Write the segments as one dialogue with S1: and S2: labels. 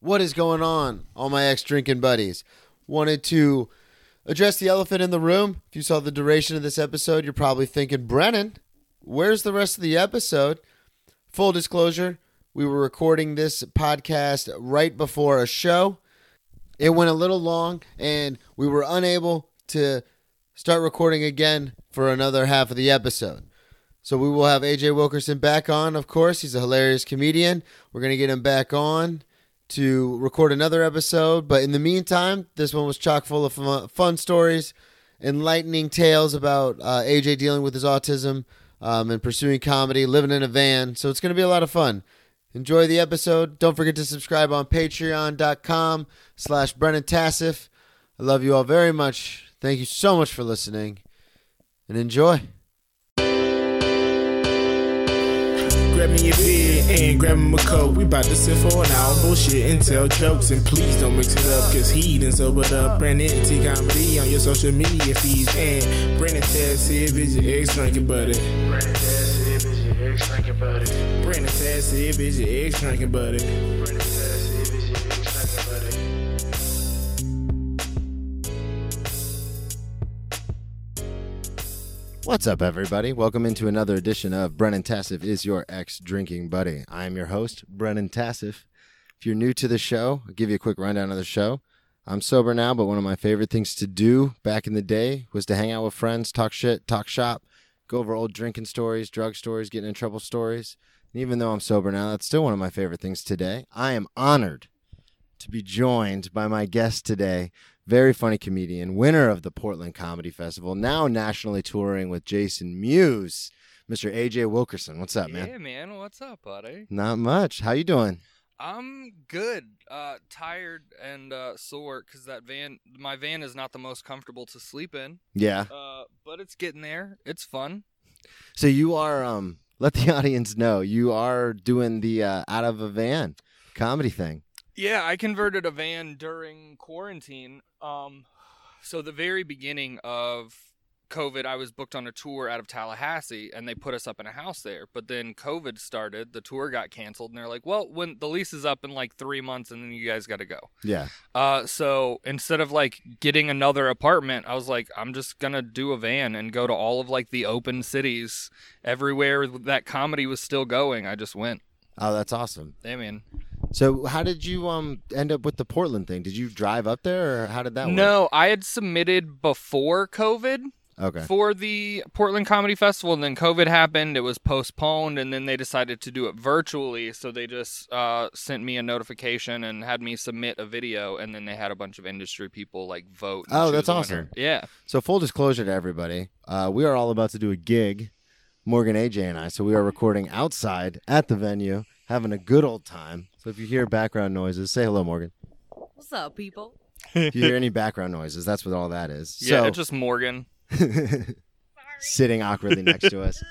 S1: What is going on, all my ex drinking buddies? Wanted to address the elephant in the room. If you saw the duration of this episode, you're probably thinking, Brennan, where's the rest of the episode? Full disclosure, we were recording this podcast right before a show. It went a little long, and we were unable to start recording again for another half of the episode. So we will have AJ Wilkerson back on, of course. He's a hilarious comedian. We're going to get him back on to record another episode. But in the meantime, this one was chock full of fun, fun stories, enlightening tales about uh, AJ dealing with his autism um, and pursuing comedy, living in a van. So it's going to be a lot of fun. Enjoy the episode. Don't forget to subscribe on patreon.com slash Brennan Tassif. I love you all very much. Thank you so much for listening and enjoy.
S2: Grab me a beer and grab him a coke. We bout to sit for an hour, bullshit and tell jokes. And please don't mix it up, cause he done sobered up. Brandon T comedy on your social media feeds. And Brandon Tess if is your ex drinking buddy.
S3: Brandon Tassif is your ex drinking buddy.
S2: Brandon Tess if is your ex drinking buddy.
S3: Brandon Tassif is your ex drinking buddy.
S1: What's up, everybody? Welcome into another edition of Brennan Tassif is your ex drinking buddy. I am your host, Brennan Tassif. If you're new to the show, I'll give you a quick rundown of the show. I'm sober now, but one of my favorite things to do back in the day was to hang out with friends, talk shit, talk shop, go over old drinking stories, drug stories, getting in trouble stories. And even though I'm sober now, that's still one of my favorite things today. I am honored to be joined by my guest today, very funny comedian, winner of the Portland Comedy Festival, now nationally touring with Jason Mewes, Mr. AJ Wilkerson. What's up, man?
S4: Yeah, man. What's up, buddy?
S1: Not much. How you doing?
S4: I'm good. Uh, tired and uh, sore because that van, my van, is not the most comfortable to sleep in.
S1: Yeah.
S4: Uh, but it's getting there. It's fun.
S1: So you are um let the audience know you are doing the uh, out of a van comedy thing.
S4: Yeah, I converted a van during quarantine. Um, so the very beginning of COVID, I was booked on a tour out of Tallahassee, and they put us up in a house there. But then COVID started, the tour got canceled, and they're like, "Well, when the lease is up in like three months, and then you guys got to go."
S1: Yeah.
S4: Uh, so instead of like getting another apartment, I was like, I'm just gonna do a van and go to all of like the open cities everywhere that comedy was still going. I just went.
S1: Oh, that's awesome.
S4: I mean,
S1: So how did you um end up with the Portland thing? Did you drive up there or how did that work?
S4: no, I had submitted before COVID
S1: Okay.
S4: for the Portland Comedy Festival, and then COVID happened. It was postponed, and then they decided to do it virtually. So they just uh, sent me a notification and had me submit a video, and then they had a bunch of industry people like vote. and
S1: Oh,
S4: choose
S1: that's
S4: a winner.
S1: awesome.
S4: Yeah.
S1: So full disclosure to everybody, uh, we are all about to do a gig, Morgan, AJ, and I. So we are recording outside at the venue, having a good old time. So if you hear background noises, say hello, Morgan.
S5: What's up, people?
S1: If you hear any background noises, that's what all that is.
S4: Yeah,
S1: so,
S4: it's just Morgan.
S1: sitting awkwardly next to us.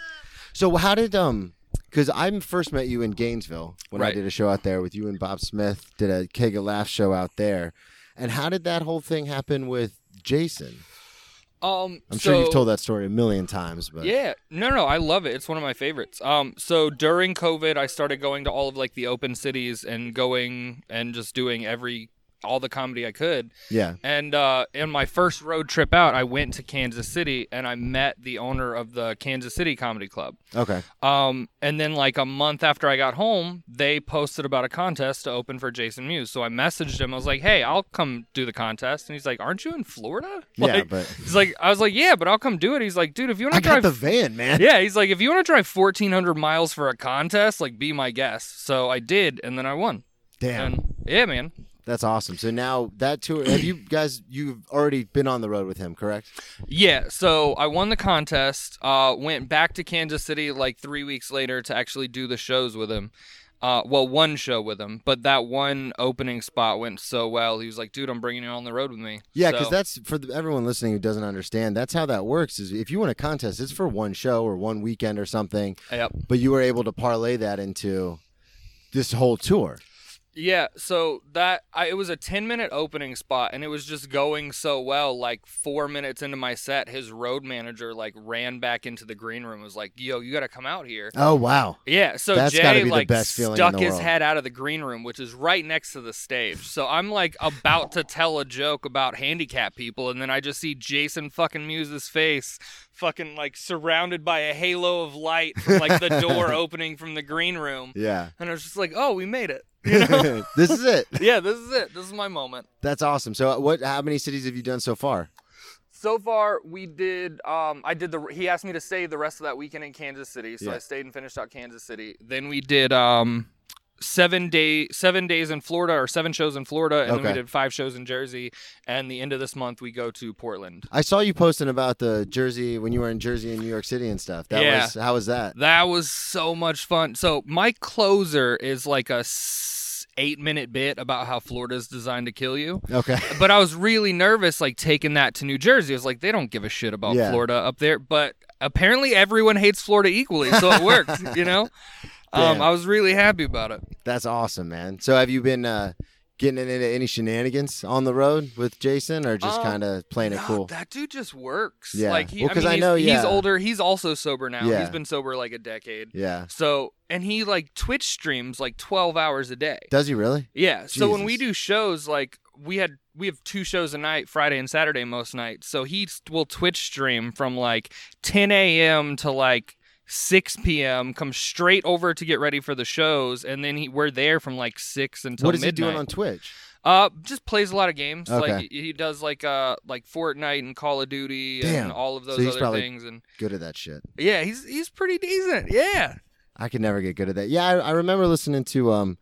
S1: So how did um? Because I first met you in Gainesville when I
S4: Right.
S1: did a show out there with you and Bob Smith. Did a keg of laugh show out there, and how did that whole thing happen with Jason?
S4: Um,
S1: I'm sure you've
S4: so-
S1: told that story a million times, but
S4: Yeah, no, no, I love it. It's one of my favorites. Um, so during COVID, I started going to all of like the open cities and going and just doing every all the comedy I could.
S1: yeah,
S4: And uh, in my first road trip out, I went to Kansas City and I met the owner of the Kansas City Comedy Club.
S1: okay,
S4: Um, and then like a month after I got home, they posted about a contest to open for Jason Mewes. So I messaged him. I was like, "Hey, I'll come do the contest." And he's like, "Aren't you in Florida?"
S1: yeah,
S4: Like,
S1: but
S4: He's like, I was like, yeah, but I'll come do it. He's like, dude, if you want
S1: I
S4: to
S1: got
S4: drive,
S1: the van, man.
S4: yeah, he's like, if you want to drive 1,400 miles for a contest, like, be my guest. So I did, and then I won.
S1: Damn,
S4: And yeah, man,
S1: that's awesome. So now that tour, have you guys? You've already been on the road with him, correct?
S4: yeah. So I won the contest. Uh, went back to Kansas City like three weeks later to actually do the shows with him. Uh, well, one show with him, but that one opening spot went so well. He was like, dude, I'm bringing you on the road with me.
S1: Yeah, because
S4: So-
S1: that's for the, everyone listening who doesn't understand. That's how that works. Is if you win a contest, it's for one show or one weekend or something,
S4: Yep.
S1: but you were able to parlay that into this whole tour.
S4: Yeah, so that I, it was a 10 minute opening spot and it was just going so well. Like 4 minutes into my set, his road manager like ran back into the green room and was like, "Yo, you got to come out here."
S1: Oh wow.
S4: Yeah, so
S1: That's gotta
S4: Jay
S1: be the
S4: like
S1: best feeling in
S4: stuck
S1: the
S4: his
S1: world.
S4: head out of the green room, which is right next to the stage. So I'm like about to tell a joke about handicap people, and then I just see Jason fucking Muse's face, fucking like surrounded by a halo of light, from, like the door opening from the green room,
S1: Yeah.
S4: and I was just like, "Oh, we made it." You know?
S1: this is it.
S4: yeah, this is it. This is my moment.
S1: That's awesome. So uh, what how many cities have you done so far?
S4: So far, we did. Um, I did the. He asked me to stay the rest of that weekend in Kansas City, so
S1: Yeah.
S4: I stayed and finished out Kansas City. Then we did um, seven day, seven days in Florida, or seven shows in Florida, and then
S1: Okay.
S4: we did five shows in Jersey. And the end of this month, we go to Portland.
S1: I saw you posting about the Jersey when you were in Jersey and New York City and stuff. That
S4: Yeah.
S1: was how was that?
S4: That was so much fun. So my closer is like a s- eight minute bit about how Florida's designed to kill you.
S1: Okay.
S4: but I was really nervous, like taking that to New Jersey. I was like, they don't give a shit about
S1: Yeah.
S4: Florida up there, but apparently everyone hates Florida equally, so it worked. you know, um,
S1: Damn.
S4: I was really happy about it.
S1: That's awesome, man. So have you been uh getting into any shenanigans on the road with Jason or just
S4: Um,
S1: kind of playing it
S4: No,
S1: cool?
S4: That dude just works.
S1: Yeah.
S4: Like, he,
S1: Well,
S4: I
S1: 'cause
S4: mean,
S1: I
S4: he's,
S1: know, yeah.
S4: he's older. He's also sober now.
S1: Yeah.
S4: He's been sober like a decade.
S1: yeah.
S4: So, and he like Twitch streams like twelve hours a day.
S1: Does he really?
S4: Yeah. So when we
S1: Jesus.
S4: do shows, like we had we have two shows a night, Friday and Saturday most nights. So he s- will Twitch stream from like 10 a.m. to like 6 p.m. Come straight over to get ready for the shows, and then he, we're there from like six until
S1: What is
S4: midnight.
S1: he doing on Twitch?
S4: Uh, just plays a lot of games.
S1: Okay.
S4: Like he he does like uh like Fortnite and Call of Duty
S1: Damn.
S4: and all of those
S1: he's
S4: other
S1: probably-
S4: things. And
S1: Good at that shit.
S4: yeah, he's he's pretty decent. Yeah.
S1: I could never get good at that. Yeah, I, I remember listening to um,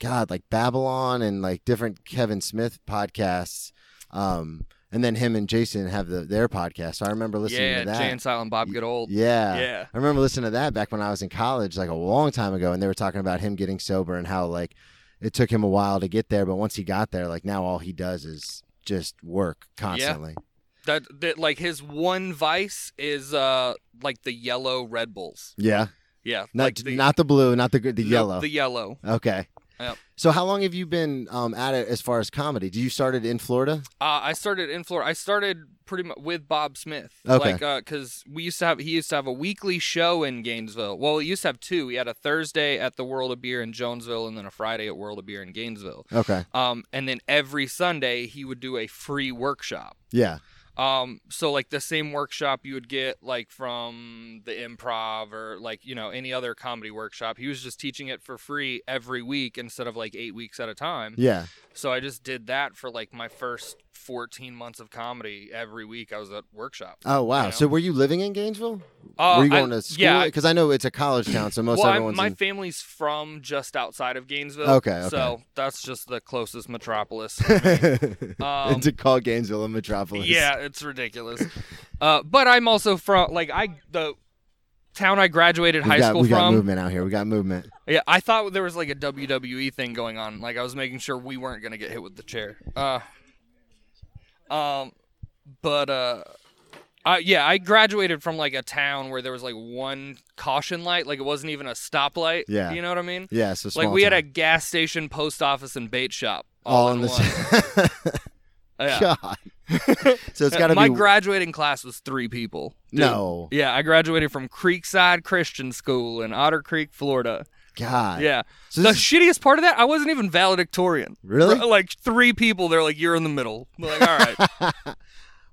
S1: God, like Babylon and like different Kevin Smith podcasts, um, and then him and Jason have the their podcast. So I remember listening
S4: yeah.
S1: to that.
S4: Jay and Silent Bob get old.
S1: yeah,
S4: Yeah.
S1: I remember listening to that back when I was in college, like a long time ago, and they were talking about him getting sober and how like it took him a while to get there, but once he got there, like now all he does is just work constantly.
S4: That, that like his one vice is uh like the yellow Red Bulls.
S1: Yeah,
S4: Yeah,
S1: not
S4: like the,
S1: not the blue, not the gr- the
S4: nope,
S1: yellow.
S4: The yellow.
S1: Okay.
S4: Yep.
S1: So how long have you been um, at it as far as comedy? Do you started in Florida?
S4: Uh, I started in Florida. I started pretty much with Bob Smith.
S1: Okay.
S4: Like, uh, cause we used to have he used to have a weekly show in Gainesville. Well, he used to have two. He had a Thursday at the World of Beer in Jonesville, and then a Friday at World of Beer in Gainesville.
S1: Okay.
S4: Um, and then every Sunday he would do a free workshop.
S1: Yeah.
S4: Um, so like the same workshop you would get like from the improv or like, you know, any other comedy workshop. He was just teaching it for free every week instead of like eight weeks at a time.
S1: Yeah.
S4: So I just did that for like my first 14 months of comedy every week. I was at workshop.
S1: Oh wow.
S4: You know?
S1: So were you living in Gainesville?
S4: Uh,
S1: were you
S4: I-
S1: going to school?
S4: yeah, I-
S1: Because I know it's a college town, so most
S4: well, I'm,
S1: everyone's
S4: my
S1: in-
S4: family's from just outside of Gainesville.
S1: Okay, okay.
S4: So that's just the closest metropolis. Um,
S1: And to call Gainesville a metropolis.
S4: Yeah, it's ridiculous. Uh, but I'm also from like I the town I graduated
S1: We
S4: high
S1: got,
S4: school
S1: we got
S4: from.
S1: movement out here. We got movement.
S4: Yeah, I thought there was like a WWE thing going on. Like I was making sure we weren't gonna get hit with the chair. Uh, um, but uh, I, yeah, I graduated from like a town where there was like one caution light. Like it wasn't even a stoplight.
S1: Yeah.
S4: you know what I mean.
S1: Yeah. So small
S4: like we had
S1: town.
S4: a gas station, post office, and bait shop
S1: all
S4: all, in
S1: in the
S4: one. Yeah.
S1: God. so it's got to
S4: My
S1: be
S4: graduating class was three people. dude.
S1: no
S4: Yeah, I graduated from Creekside Christian School in Otter Creek, Florida.
S1: God.
S4: Yeah.
S1: So
S4: the
S1: this is-
S4: shittiest part of that, I wasn't even valedictorian.
S1: Really?
S4: R- Like three people, they're like, "You're in the middle." I'm like, all right.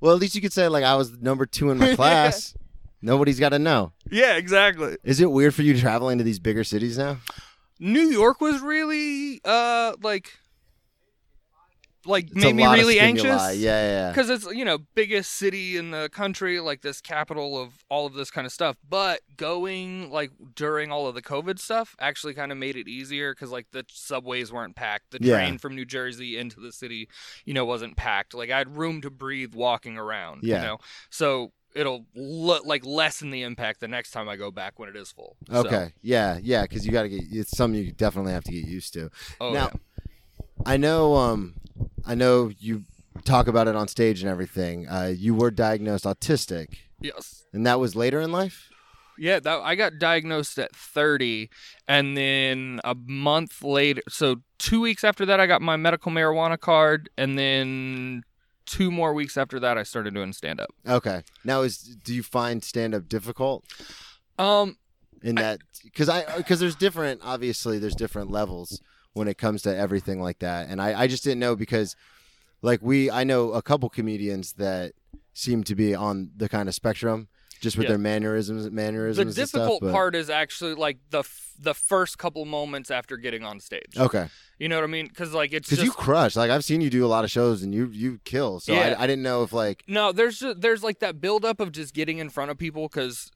S1: well, at least you could say like I was number two in my class. Nobody's got to know.
S4: yeah, exactly.
S1: Is it weird for you traveling to these bigger cities now?
S4: New York was really, uh, like, like
S1: It's a
S4: made me
S1: lot of
S4: really
S1: stimuli.
S4: anxious.
S1: Yeah, yeah.
S4: Because it's you know biggest city in the country, like this capital of all of this kind of stuff. But going like during all of the COVID stuff actually kind of made it easier because like the subways weren't packed. The
S1: Yeah.
S4: train from New Jersey into the city, you know, wasn't packed. Like I had room to breathe walking around.
S1: Yeah.
S4: You know, so it'll le- like lessen the impact the next time I go back when it is full. So-
S1: Okay. Yeah, yeah. Because you got to get. It's something you definitely have to get used to.
S4: oh
S1: now,
S4: yeah.
S1: I know. Um, I know you talk about it on stage and everything. Uh, you were diagnosed autistic,
S4: Yes.
S1: and that was later in life.
S4: Yeah, that I got diagnosed at 30 and then a month later, so 2 weeks after that I got my medical marijuana card and then 2 more weeks after that I started doing stand up.
S1: Okay. Now is do you find stand up difficult
S4: Um
S1: in that cuz I cuz there's different obviously there's different levels when it comes to everything like that and I I just didn't know because like we I know a couple comedians that seem to be on the kind of spectrum just with
S4: Yeah.
S1: their mannerisms
S4: the
S1: mannerisms and stuff,
S4: difficult
S1: but-
S4: part is actually like the f- the first couple moments after getting on stage.
S1: Okay.
S4: You know what I mean? Cuz like it's
S1: Oh. Because
S4: just
S1: you crush. Like I've seen you do a lot of shows, and you you kill. So
S4: Yeah.
S1: I, I didn't know if like
S4: No, there's ju- there's like that buildup of just getting in front of people because.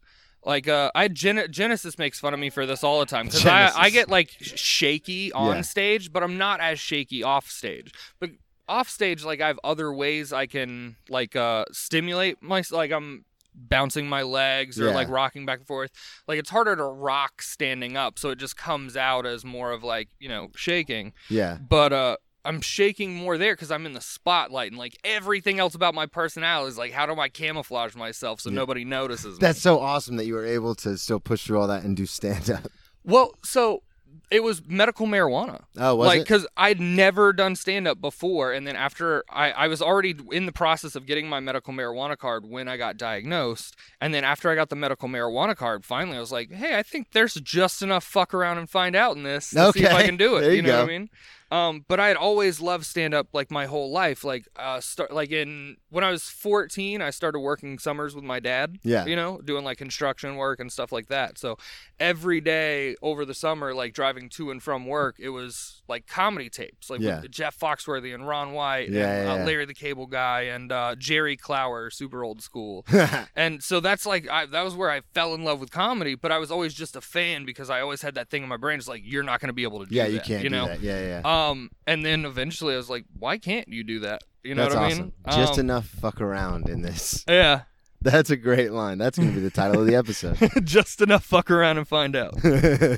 S4: Like uh, I Gen- Genesis makes fun of me for this all the time because I,
S1: Genesis.
S4: I get like sh- shaky on
S1: Yeah.
S4: stage, but I'm not as shaky off stage. But off stage, like I have other ways I can like uh, stimulate my like I'm bouncing my legs or
S1: Yeah.
S4: like rocking back and forth. Like it's harder to rock standing up, so it just comes out as more of like you know shaking
S1: yeah
S4: but uh I'm shaking more there because I'm in the spotlight and like everything else about my personality is like how do I camouflage myself so
S1: Yeah.
S4: nobody notices me?
S1: that's so awesome that you were able to still push through all that and do stand up.
S4: well, so it was medical marijuana.
S1: Oh, was
S4: like
S1: it?
S4: because I'd never done stand up before, and then after I, I was already in the process of getting my medical marijuana card when I got diagnosed, and then after I got the medical marijuana card, finally I was like, hey, I think there's just enough fuck around and find out in this to see if I
S1: Okay.
S4: can do it.
S1: There you
S4: know what I
S1: go.
S4: mean? Um, but I had always loved stand up like my whole life. Like uh, start like in when I was 14, I started working summers with my dad.
S1: Yeah.
S4: you know, doing like construction work and stuff like that. So every day over the summer, like driving to and from work, it was like comedy tapes, like
S1: Yeah.
S4: with Jeff Foxworthy and Ron White,
S1: Yeah,
S4: and
S1: yeah, yeah.
S4: Uh, Larry the Cable Guy, and uh, Jerry Clower, super old school. And so that's like I, that was where I fell in love with comedy, but I was always just a fan because I always had that thing in my brain. It's like you're not going to be able to do
S1: yeah,
S4: that.
S1: you can't
S4: You
S1: do
S4: know.
S1: that. Yeah, yeah.
S4: Um, and then eventually I was like, why can't you do that? You know
S1: that's
S4: what I
S1: awesome.
S4: mean?
S1: Just
S4: Um,
S1: enough fuck around in this.
S4: yeah,
S1: That's a great line. That's gonna be the title of the episode.
S4: just enough fuck around and find out.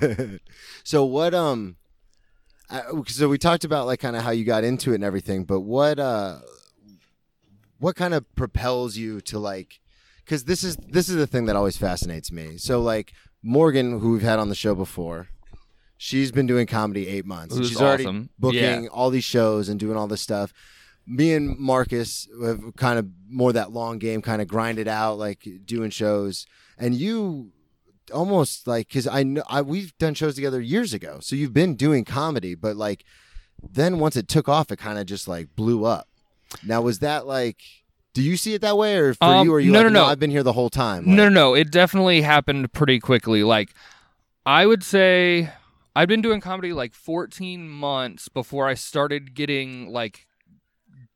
S1: so what um I, so we talked about like kind of how you got into it and everything but what uh what kind of propels you to like because this is this is the thing that always fascinates me so like morgan who we've had on the show before she's been doing comedy eight months
S4: Who's
S1: she's already
S4: awesome.
S1: booking
S4: Yeah.
S1: all these shows and doing all this stuff me and marcus have kind of more that long game kind of grind it out like doing shows and you almost like because I know I we've done shows together years ago, so you've been doing comedy, but like then once it took off, it kind of just like blew up. Now was that like? Do you see it that way, or for
S4: Um,
S1: you, or you
S4: no,
S1: like,
S4: no, no.
S1: I've been here the whole time.
S4: No, no,
S1: Like,
S4: no. It definitely happened pretty quickly. Like, I would say I've been doing comedy like 14 months before I started getting like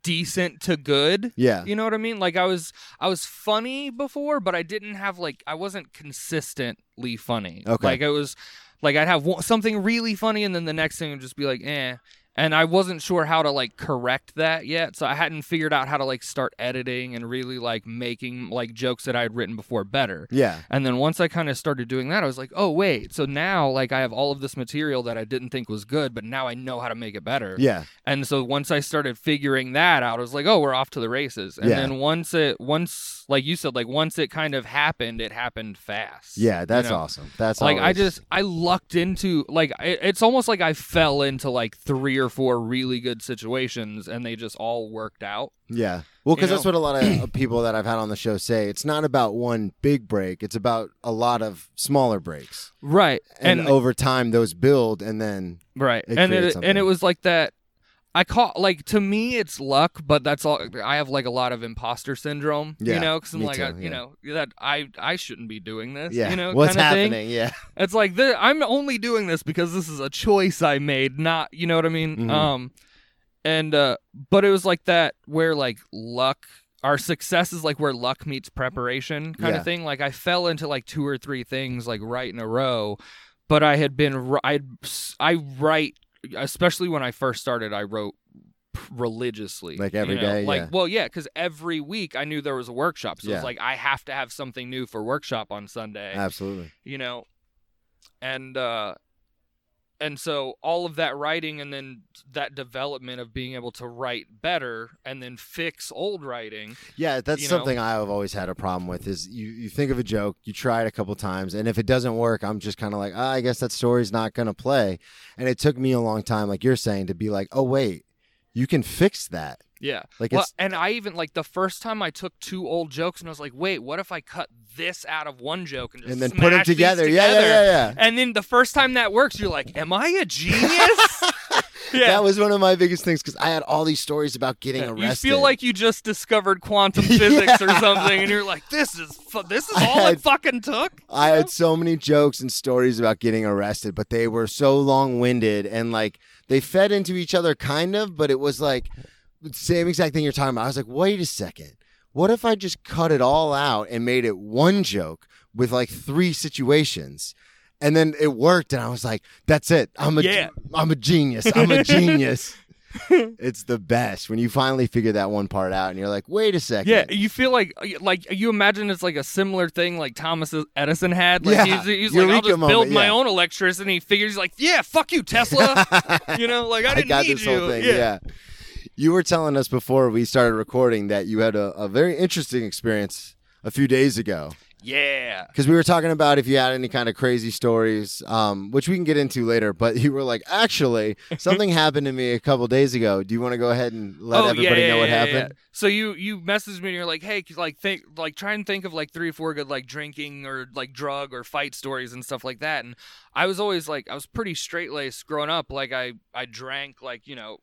S4: decent to good.
S1: Yeah,
S4: You know what I mean? Like I was I was funny before, but I didn't have like I wasn't consistently funny.
S1: Okay.
S4: Like I was like I'd have one, something really funny and then the next thing would just be like, "Eh." And I wasn't sure how to like correct that yet. So I hadn't figured out how to like start editing and really like making like jokes that I had written before better.
S1: yeah,
S4: And then once I kind of started doing that, I was like, "Oh, wait. So now like I have all of this material that I didn't think was good, but now I know how to make it better."
S1: yeah,
S4: And so once I started figuring that out, I was like, oh, we're off to the races. And
S1: Yeah.
S4: then once it, once, like you said, like once it kind of happened, it happened fast.
S1: yeah. That's
S4: you know?
S1: awesome. That's
S4: Like I
S1: always-
S4: just I lucked into like it, it's almost like I fell into like three or four really good situations and they just all worked out.
S1: yeah. Well,
S4: you
S1: because
S4: know.
S1: that's what a lot of uh, people that I've had on the show say. It's not about one big break. It's about a lot of smaller breaks,
S4: Right.
S1: and, over time those build, and then
S4: Right.
S1: It
S4: and
S1: creates
S4: it
S1: something.
S4: and it was like that I call like to me it's luck, but that's all I have like a lot of imposter syndrome,
S1: Yeah,
S4: you know, cuz I'm
S1: me
S4: like I,
S1: too, yeah.
S4: you know, that I I shouldn't be doing this,
S1: yeah,
S4: you know,
S1: what's
S4: kinda
S1: happening?
S4: thing.
S1: Yeah,
S4: It's like th- I'm only doing this because this is a choice I made, not you know what I mean.
S1: Mhm.
S4: Um, and uh, but it was like that where like luck, our success is like where luck meets preparation kind
S1: Yeah.
S4: of thing. Like I fell into like two or three things like right in a row, but I had been ri- I I write especially when I first started. I wrote p- religiously
S1: Like
S4: every
S1: every
S4: day.
S1: day,
S4: like
S1: yeah.
S4: well yeah because every week i knew there was a workshop so
S1: Yeah.
S4: it's like i have to have something new for workshop on sunday
S1: absolutely.
S4: you know and uh and so all of that writing and then that development of being able to write better and then fix old writing
S1: Yeah, that's
S4: you know?
S1: something I've always had a problem with. Is you, you think of a joke, you try it a couple times, and if it doesn't work, I'm just kind of like, ah, I guess that story's not gonna play. And it took me a long time, like you're saying, to be like, oh wait, you can fix that.
S4: yeah
S1: Like
S4: well,
S1: it's
S4: and i even like the first time i took two old jokes and i was like wait what if i cut this out of one joke and just
S1: and then put them
S4: smash these
S1: together. Yeah, yeah, yeah, yeah.
S4: and then the first time that works you're like am i a genius yeah
S1: That was one of my biggest things because I had all these stories about getting
S4: Yeah,
S1: arrested.
S4: You feel like you just discovered quantum physics or something, and you're like, "This is fu- this is all
S1: I-
S4: it fucking took."
S1: I had so many jokes and stories about getting arrested, but they were so long winded and like they fed into each other kind of, but it was like same exact thing you're talking about. I was like, wait a second. What if I just cut it all out and made it one joke with like three situations? And then it worked and I was like, that's it. I'm a
S4: Yeah.
S1: am a genius. I'm a genius. it's the best when you finally figure that one part out and you're like, wait a second.
S4: Yeah, you feel like uh, like you imagine it's like a similar thing like Thomas E- Edison had. Like
S1: Yeah,
S4: he's, he's like, "I'll
S1: eureka
S4: just build
S1: moment,
S4: my
S1: yeah.
S4: own electricity." He figures like, "Yeah, fuck you, Tesla." you know, like I
S1: I
S4: didn't
S1: got
S4: need
S1: this
S4: you.
S1: whole thing.
S4: yeah.
S1: Yeah. You were telling us before we started recording that you had a, a very interesting experience a few days ago
S4: Yeah.
S1: because we were talking about if you had any kind of crazy stories, um, which we can get into later. But you were like, actually, something happened to me a couple days ago. Do you want to go ahead and let
S4: oh, yeah,
S1: everybody
S4: yeah,
S1: know what
S4: yeah, yeah,
S1: happened?
S4: yeah. So you you messaged me and you're like, hey, 'cause, like think like try and think of like three or four good like drinking or like drug or fight stories and stuff like that. And I was always like I was pretty straight laced growing up. Like I I drank like you know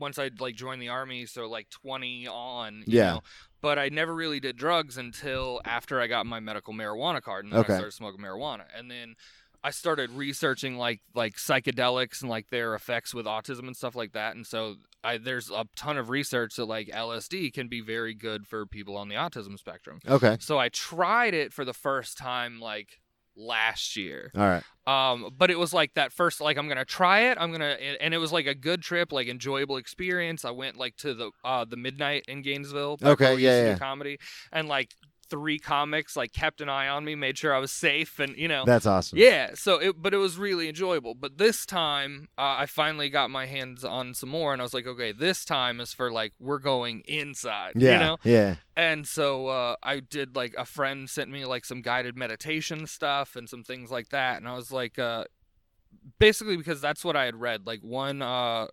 S4: once I like joined the army, so like 20 on. You
S1: Yeah.
S4: Know? But I never really did drugs until after I got my medical marijuana card and then
S1: Okay.
S4: I started smoking marijuana. And then I started researching like like psychedelics and like their effects with autism and stuff like that. And so I, there's a ton of research that like LSD can be very good for people on the autism spectrum.
S1: Okay.
S4: So I tried it for the first time like last year.
S1: All right.
S4: Um, but it was like that first, like I'm gonna try it. I'm gonna, and it was like a good trip, like enjoyable experience. I went like to the uh the midnight in Gainesville. back
S1: Okay,
S4: where we
S1: yeah,
S4: used to do
S1: yeah.
S4: Comedy and like three comics like kept an eye on me, made sure I was safe, and you know,
S1: That's awesome.
S4: yeah. So it, but it was really enjoyable. But this time, uh, I finally got my hands on some more, and I was like, okay, this time is for like we're going inside.
S1: Yeah.
S4: You know,
S1: Yeah.
S4: and so uh, I did like a friend sent me like some guided meditation stuff and some things like that, and I was like, uh, basically because that's what I had read. Like one, uh,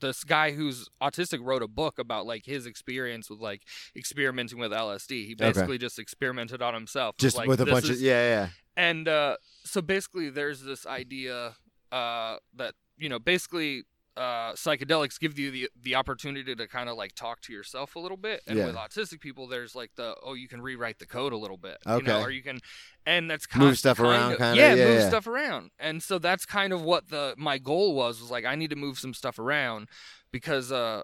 S4: this guy who's autistic wrote a book about like his experience with like experimenting with LSD. He
S1: Okay.
S4: basically just experimented on himself,
S1: Just
S4: like,
S1: with a
S4: this
S1: bunch
S4: is-
S1: of yeah,
S4: and uh, so basically, there's this idea uh, that you know, basically, uh, psychedelics give you the the opportunity to kind of like talk to yourself a little bit. And
S1: Yeah.
S4: with autistic people, there's like the oh, you can rewrite the code a little bit, you
S1: Okay.
S4: know, or you can, and that's kind
S1: Move stuff around, kinda,
S4: yeah,
S1: yeah,
S4: move
S1: yeah.
S4: stuff around. And so that's kind of what the my goal was was like I need to move some stuff around because uh,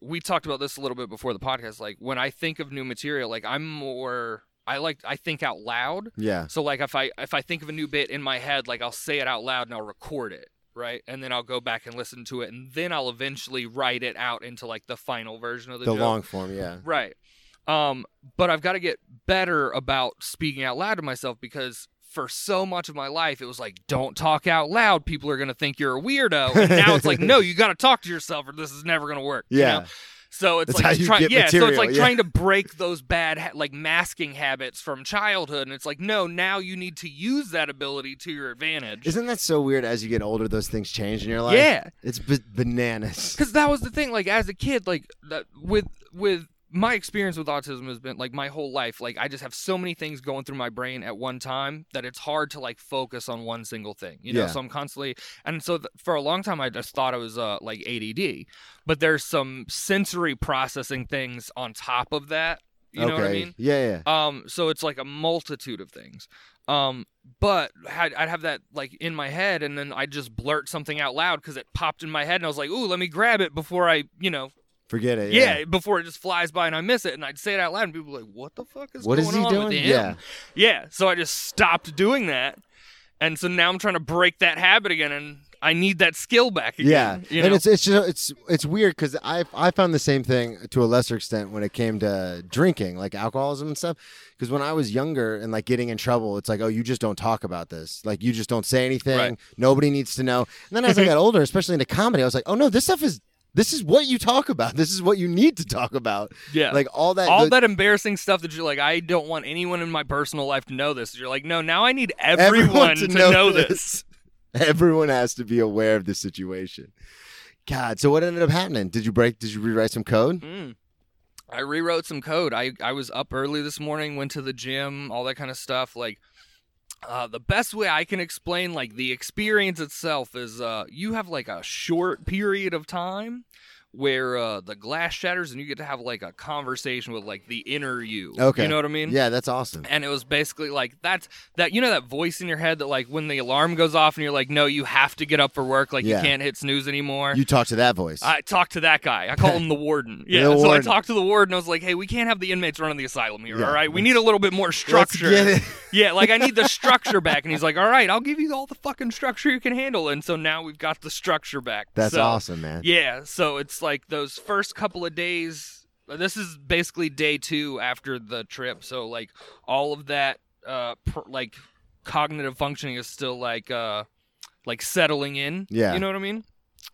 S4: we talked about this a little bit before the podcast. Like when I think of new material, like I'm more. I like I think out loud,
S1: yeah.
S4: so like if I if I think of a new bit in my head, like I'll say it out loud and I'll record it, right? And then I'll go back and listen to it and then I'll eventually write it out into like the final version of
S1: Yeah.
S4: the,
S1: The
S4: joke.
S1: long form. Yeah.
S4: Right. Um, but I've got to get better about speaking out loud to myself because for so much of my life it was like, don't talk out loud. People are gonna think you're a weirdo. And now it's like, no, you got to talk to yourself or this is never gonna work. you
S1: Yeah.
S4: know? So it's
S1: That's how
S4: like
S1: you
S4: try-
S1: get
S4: yeah, so it's
S1: material,
S4: like
S1: yeah.
S4: trying to break those bad ha- like masking habits from childhood, and it's like no, now you need to use that ability to your advantage.
S1: Isn't that so weird? As you get older, those things change in your life.
S4: Yeah.
S1: It's b- bananas.
S4: because that was the thing like as a kid like that, with with my experience with autism has been like my whole life like i just have so many things going through my brain at one time that it's hard to like focus on one single thing you know
S1: Yeah.
S4: so i'm constantly and so th- for a long time i just thought i was uh, like add but there's some sensory processing things on top of that you
S1: okay.
S4: know what i mean
S1: Yeah. Yeah.
S4: um, so it's like a multitude of things. Um, but had, I'd have that like in my head, and then I'd just blurt something out loud because it popped in my head, and I was like, "Ooh, let me grab it before I, you know,
S1: Forget it.
S4: yeah, before it just flies by and I miss it." And I'd say it out loud, and people were like, "What the fuck is
S1: What
S4: going
S1: is he
S4: on
S1: doing?
S4: with him?"
S1: Yeah.
S4: yeah. So I just stopped doing that, and so now I'm trying to break that habit again, and I need that skill back again.
S1: Yeah,
S4: you
S1: and
S4: know?
S1: it's it's just, it's it's weird because I I found the same thing to a lesser extent when it came to drinking, like alcoholism and stuff. Because when I was younger and like getting in trouble, it's like, oh, you just don't talk about this, like you just don't say anything.
S4: Right.
S1: Nobody needs to know. And then as I got older, especially into comedy, I was like, oh no, this stuff is this is what you talk about. This is what you need to talk about.
S4: yeah.
S1: Like all that.
S4: all
S1: the-
S4: that embarrassing stuff that you're like, I don't want anyone in my personal life to know this. You're like, no, now I need everyone, to, know, this.
S1: Everyone has to be aware of this situation. God, so what ended up happening? Did you break? Did you rewrite some code?
S4: Mm. I rewrote some code. I, I was up early this morning, went to the gym, all that kind of stuff. Like, uh, the best way I can explain like the experience itself is uh, you have like a short period of time where uh, the glass shatters and you get to have like a conversation with like the inner you.
S1: Okay.
S4: you know what I mean?
S1: Yeah, that's awesome.
S4: and it was basically like that's that you know that voice in your head that like when the alarm goes off and you're like no you have to get up for work like
S1: Yeah.
S4: you can't hit snooze anymore
S1: You talk to that voice.
S4: I talked to that guy. I call him the warden. Yeah.
S1: The
S4: so
S1: warden.
S4: I talked to the warden. I was like, "Hey, we can't have the inmates running the asylum here.
S1: Yeah,
S4: all right, we
S1: let's-
S4: need a little bit more structure.
S1: Let's get it.
S4: Yeah, like I need the structure back." And he's like, "All right, I'll give you all the fucking structure you can handle." And so now we've got the structure back.
S1: That's
S4: So-
S1: awesome, man.
S4: Yeah. So it's like those first couple of days. This is basically day two after the trip. So like all of that, uh, pr- like cognitive functioning is still like, uh, like settling in.
S1: Yeah.
S4: You know what I mean?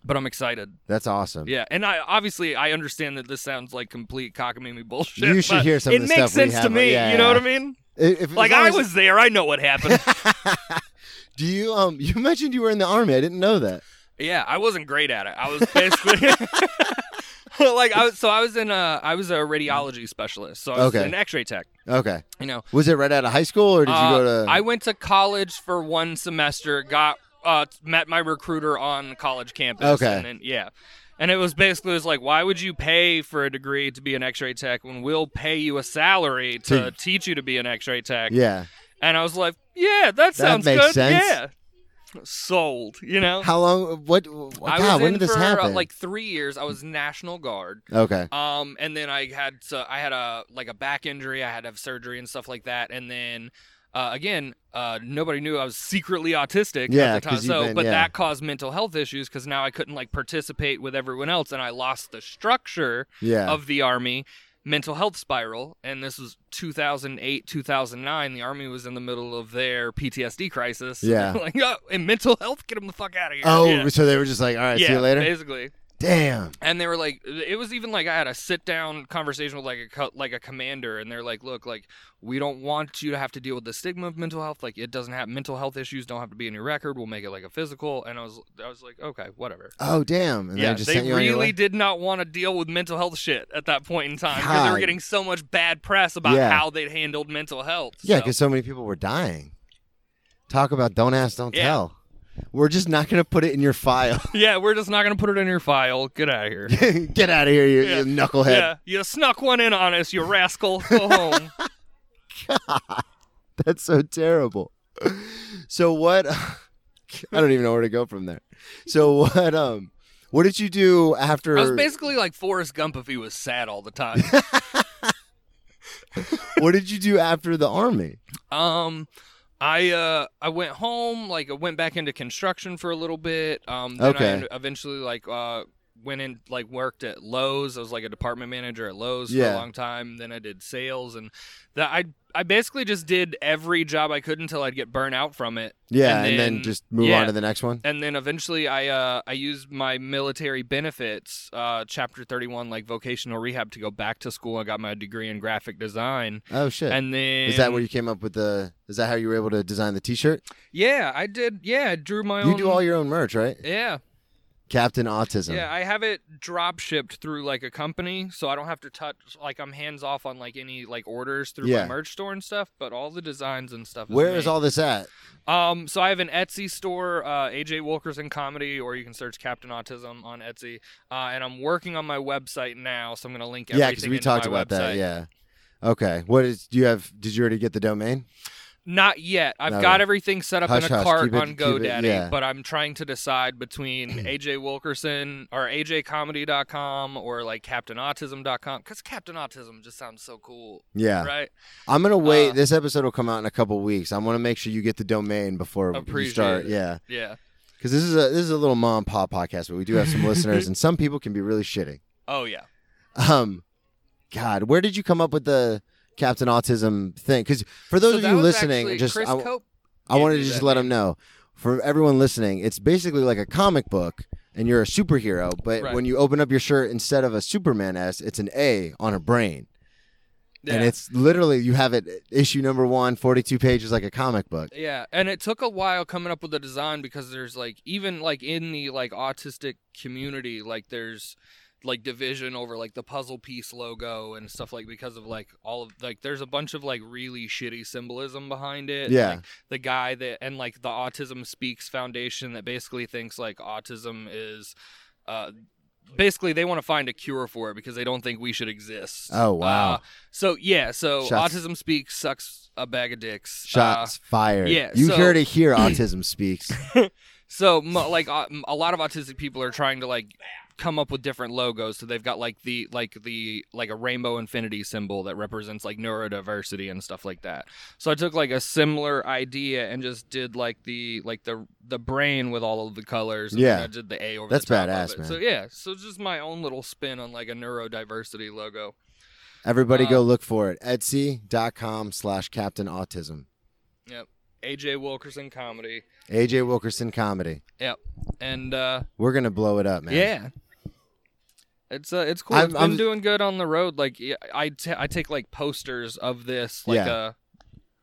S4: But I'm excited.
S1: That's awesome.
S4: Yeah, and I obviously I understand that this sounds like complete cockamamie bullshit.
S1: You should
S4: but
S1: hear some of
S4: It
S1: the
S4: makes
S1: stuff we
S4: sense to
S1: have,
S4: me.
S1: yeah,
S4: you know what
S1: yeah.
S4: I mean?
S1: If- if- as
S4: Like
S1: long
S4: I
S1: as-
S4: was there. I know what happened.
S1: Do you um? You mentioned you were in the army. I didn't know that.
S4: yeah, I wasn't great at it. I was basically. like I was, so I was in a I was a radiology specialist, so I was
S1: Okay.
S4: an X-ray tech.
S1: Okay.
S4: You know,
S1: Was it right out of high school or did you
S4: Uh,
S1: go to?
S4: I went to college for one semester. Got uh, met my recruiter on college campus.
S1: Okay.
S4: and then, yeah, and it was basically it was like, why would you pay for a degree to be an X-ray tech when we'll pay you a salary
S1: To-
S4: to teach you to be an X-ray tech?
S1: Hmm. yeah.
S4: and I was like, yeah, that sounds
S1: makes
S4: good.
S1: sense.
S4: Yeah, sold. You know,
S1: How long? What? God,
S4: I
S1: when
S4: was in
S1: did this
S4: for uh,
S1: happen?
S4: like three years. I was National Guard.
S1: okay.
S4: Um, and then I had so I had a like a back injury. I had to have surgery and stuff like that. And then uh, again, uh, nobody knew I was secretly autistic
S1: Yeah,
S4: at the time.
S1: 'cause you've
S4: So,
S1: been-
S4: but
S1: yeah.
S4: that caused mental health issues because now I couldn't like participate with everyone else, and I lost the structure
S1: Yeah.
S4: of the army. Mental health spiral, and this was 2008, 2009. The army was in the middle of their PTSD crisis.
S1: Yeah.
S4: like, oh, and mental health, get them the fuck out of here.
S1: oh,
S4: yeah,
S1: so they were just like, all right, see
S4: Yeah,
S1: you later.
S4: Basically,
S1: Damn.
S4: and they were like it was even like i had a sit down conversation with like a co- like a commander and they're like look like we don't want you to have to deal with the stigma of mental health like it doesn't have mental health issues don't have to be in your record we'll make it like a physical and i was i was like okay whatever
S1: Oh, damn. And
S4: yeah,
S1: they just
S4: they
S1: sent you on your
S4: really
S1: way?
S4: did not want to deal with mental health shit at that point in time because they
S1: God.
S4: were getting so much bad press about
S1: Yeah.
S4: how they handled mental health.
S1: Yeah,
S4: so-
S1: because so many people were dying. Talk about don't ask, don't
S4: Yeah.
S1: tell. We're just not gonna put it in your file.
S4: yeah, we're just not gonna put it in your file. Get out of here.
S1: Get out of here, you,
S4: Yeah.
S1: you knucklehead.
S4: yeah, you snuck one in on us, you rascal. Go home.
S1: That's so terrible. So what? I don't even know where to go from there. So what? Um, what did you do after?
S4: I was basically like Forrest Gump if he was sad all the time.
S1: what did you do after the army?
S4: Um, I uh I went home, like I went back into construction for a little bit. Um, then
S1: Okay.
S4: I en- eventually like uh went in like worked at Lowe's. I was like a department manager at Lowe's for
S1: Yeah.
S4: a long time. Then I did sales and that I I basically just did every job I could until I'd get burnt out from it.
S1: Yeah, and
S4: And
S1: then,
S4: then-
S1: just move
S4: yeah.
S1: on to the next one.
S4: And then eventually I uh I used my military benefits, uh chapter 31 like vocational rehab to go back to school. I got my degree in graphic design.
S1: Oh shit!
S4: And then
S1: is that where you came up with the? Is that how you were able to design the T-shirt?
S4: Yeah, I did. Yeah, I drew my own.
S1: You do all your own merch, right?
S4: Yeah,
S1: Captain Autism.
S4: yeah. I have it drop shipped through like a company, so I don't have to touch. Like I'm hands off on like any like orders through
S1: Yeah.
S4: my merch store and stuff. But all the designs and stuff.
S1: Where
S4: me.
S1: is all this at?
S4: Um, so I have an Etsy store, uh, AJ Wilkerson Comedy, or you can search Captain Autism on Etsy. Uh, and I'm working on my website now, so I'm gonna link.
S1: Yeah,
S4: everything
S1: we
S4: into
S1: talked
S4: my
S1: about that.
S4: website.
S1: Yeah. Okay. What is? Do you have? Did you already get the domain?
S4: Not yet. I've
S1: No,
S4: got
S1: no.
S4: everything set up
S1: Hush,
S4: in a
S1: hush.
S4: cart
S1: Keep it-
S4: on
S1: keep it-
S4: GoDaddy,
S1: yeah.
S4: but I'm trying to decide between AJ Wilkerson or AJComedy.com or like CaptainAutism.com because Captain Autism just sounds so cool,
S1: Yeah.
S4: right?
S1: I'm gonna wait.
S4: Uh,
S1: this episode will come out in a couple weeks. I want to make sure you get the domain before you
S4: Appreciate
S1: start.
S4: it.
S1: Yeah.
S4: Yeah.
S1: because this is a this is a little mom and pop podcast, but we do have some listeners, and some people can be really shitty.
S4: Oh yeah.
S1: Um, God, where did you come up with the Captain Autism thing? Because for those
S4: So
S1: of
S4: that
S1: you
S4: was
S1: listening,
S4: actually
S1: just
S4: Chris
S1: I,
S4: Cope
S1: I wanted to
S4: gave me
S1: just
S4: that
S1: let them
S4: name.
S1: know for everyone listening, it's basically like a comic book, and you're a superhero, but
S4: Right.
S1: when you open up your shirt, instead of a Superman S, it's an A on a brain, and
S4: Yeah.
S1: it's literally you have it issue number one, 42 pages, like a comic book.
S4: Yeah, and it took a while coming up with the design because there's like even like in the like autistic community, like there's like division over like the puzzle piece logo and stuff like because of like all of like there's a bunch of like really shitty symbolism behind it.
S1: Yeah.
S4: Like, uh, the guy that and like the Autism Speaks Foundation that basically thinks like autism is uh basically they want to find a cure for it because they don't think we should exist.
S1: Oh, wow.
S4: Uh, so yeah, so
S1: Shots-
S4: Autism Speaks sucks a bag of dicks. Uh,
S1: Shots fired.
S4: yeah,
S1: you
S4: so-
S1: heard it here. Autism speaks.
S4: So, mo- like uh, m- a lot of autistic people are trying to like come up with different logos. So they've got like the like the like a rainbow infinity symbol that represents like neurodiversity and stuff like that. So I took like a similar idea and just did like the like the the brain with all of the colors. And then
S1: Yeah.
S4: I did the A over.
S1: That's
S4: the top of
S1: badass,
S4: it.
S1: man.
S4: So yeah, so just my own little spin on like a neurodiversity logo.
S1: Everybody, go
S4: Uh,
S1: look for it. Etsy.com slash Captain Autism.
S4: AJ Wilkerson comedy.
S1: AJ Wilkerson comedy.
S4: Yep, and uh,
S1: We're gonna blow it up, man.
S4: Yeah. It's uh, it's cool.
S1: I'm-
S4: I'm, been
S1: I'm-
S4: doing good on the road. Like yeah, I, t- I take like posters of this, like
S1: Yeah.
S4: uh,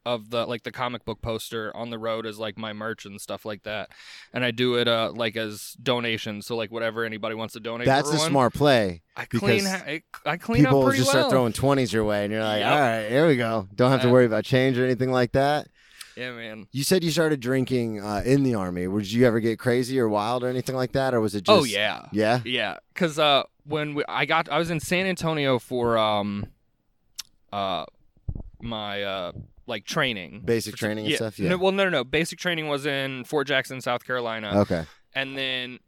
S4: of the like the comic book poster on the road as like my merch and stuff like that, and I do it uh like as donations. So like whatever anybody wants to donate.
S1: That's
S4: for
S1: a
S4: one,
S1: smart play.
S4: I
S1: because
S4: clean. Ha- I, I clean up
S1: People
S4: pretty
S1: just
S4: well.
S1: start throwing twenties your way, and you're like,
S4: Yep.
S1: all right, here we go. Don't have to
S4: Yeah.
S1: worry about change or anything like that.
S4: Yeah, man.
S1: You said you started drinking uh, in the army. Did you ever get crazy or wild or anything like that, or was it just?
S4: oh yeah.
S1: Yeah.
S4: Yeah, because uh, when we, I got, I was in San Antonio for um, uh, my uh, like training,
S1: Basic
S4: For-
S1: training and stuff, yeah.
S4: No, well, no, no, no. Basic training was in Fort Jackson, South Carolina,
S1: Okay.
S4: and then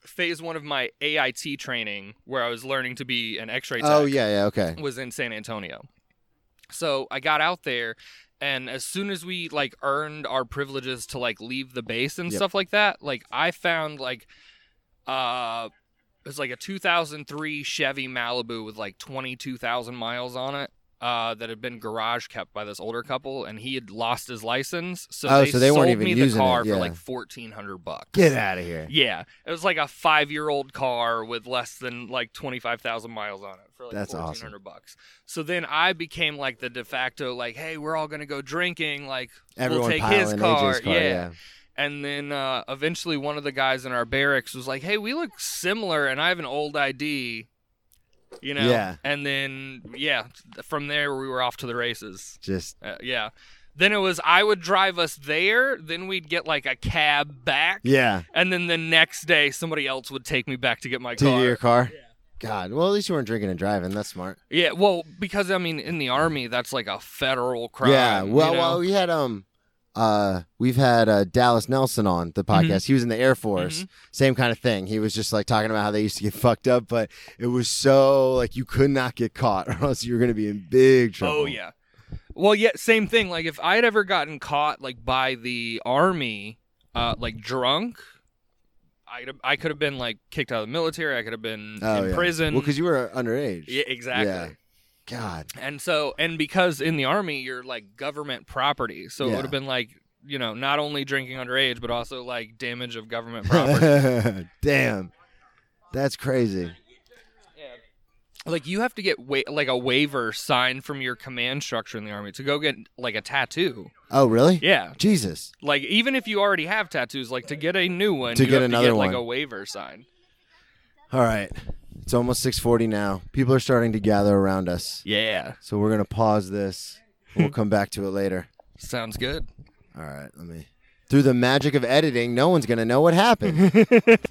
S4: phase one of my AIT training, where I was learning to be an X-ray. Tech
S1: Oh yeah, yeah. Okay.
S4: was in San Antonio. So I got out there and as soon as we like earned our privileges to like leave the base and
S1: Yep.
S4: stuff like that, like I found like uh it was like a 2003 Chevy Malibu with like 22,000 miles on it. Uh, that had been garage kept by this older couple, and he had lost his license, so
S1: Oh,
S4: they
S1: so they weren't
S4: sold
S1: even
S4: me
S1: using it,
S4: the car
S1: yeah.
S4: for like fourteen hundred bucks.
S1: Get out of here.
S4: Yeah, it was like a five-year-old car with less than like twenty-five thousand miles on it for like
S1: That's awesome.
S4: fourteen hundred bucks. So then I became like the de facto, like, hey, we're all gonna go drinking, like,
S1: Everyone
S4: we'll take
S1: pile
S4: his
S1: in
S4: car,
S1: AJ's car.
S4: yeah.
S1: yeah.
S4: And then uh, eventually one of the guys in our barracks was like, hey, we look similar, and I have an old ID, you know.
S1: Yeah.
S4: And then yeah, from there we were off to the races.
S1: Just
S4: Uh, yeah. Then it was I would drive us there, then we'd get like a cab back.
S1: yeah.
S4: And then the next day somebody else would take me back to get my
S1: To
S4: car.
S1: your car. God. Well, at least you weren't drinking and driving. That's smart.
S4: Yeah, well, because I mean in the army that's like a federal crime.
S1: Yeah. Well,
S4: you know?
S1: well, we had um, uh, we've had uh, Dallas Nelson on the
S4: Mm-hmm.
S1: podcast. He was in the Air Force. Same kind of thing. He was just like talking about how they used to get fucked up, but it was so like you could not get caught, or else you were gonna be in big trouble.
S4: Oh yeah. Well, yeah, same thing. Like if I had ever gotten caught like by the army, uh, like drunk, I I could have been like kicked out of the military. I could have been
S1: Oh,
S4: in
S1: yeah.
S4: prison.
S1: Well, because you were underage.
S4: yeah, exactly.
S1: Yeah. God.
S4: And so, and because in the army, you're like government property. So it
S1: Yeah.
S4: would have been like, you know, not only drinking underage, but also like damage of government property.
S1: Damn. That's crazy.
S4: like, you have to get wa- like a waiver signed from your command structure in the army to go get like a tattoo.
S1: Oh really?
S4: Yeah.
S1: Jesus.
S4: Like, even if you already have tattoos, like to get a new one,
S1: To
S4: you
S1: get
S4: have
S1: another
S4: to get,
S1: one.
S4: like a waiver sign.
S1: All right. It's almost six forty now. People are starting to gather around us.
S4: Yeah.
S1: So we're gonna pause this. We'll come back to it later.
S4: Sounds good.
S1: All right, let me. Through the magic of editing, no one's gonna know what happened.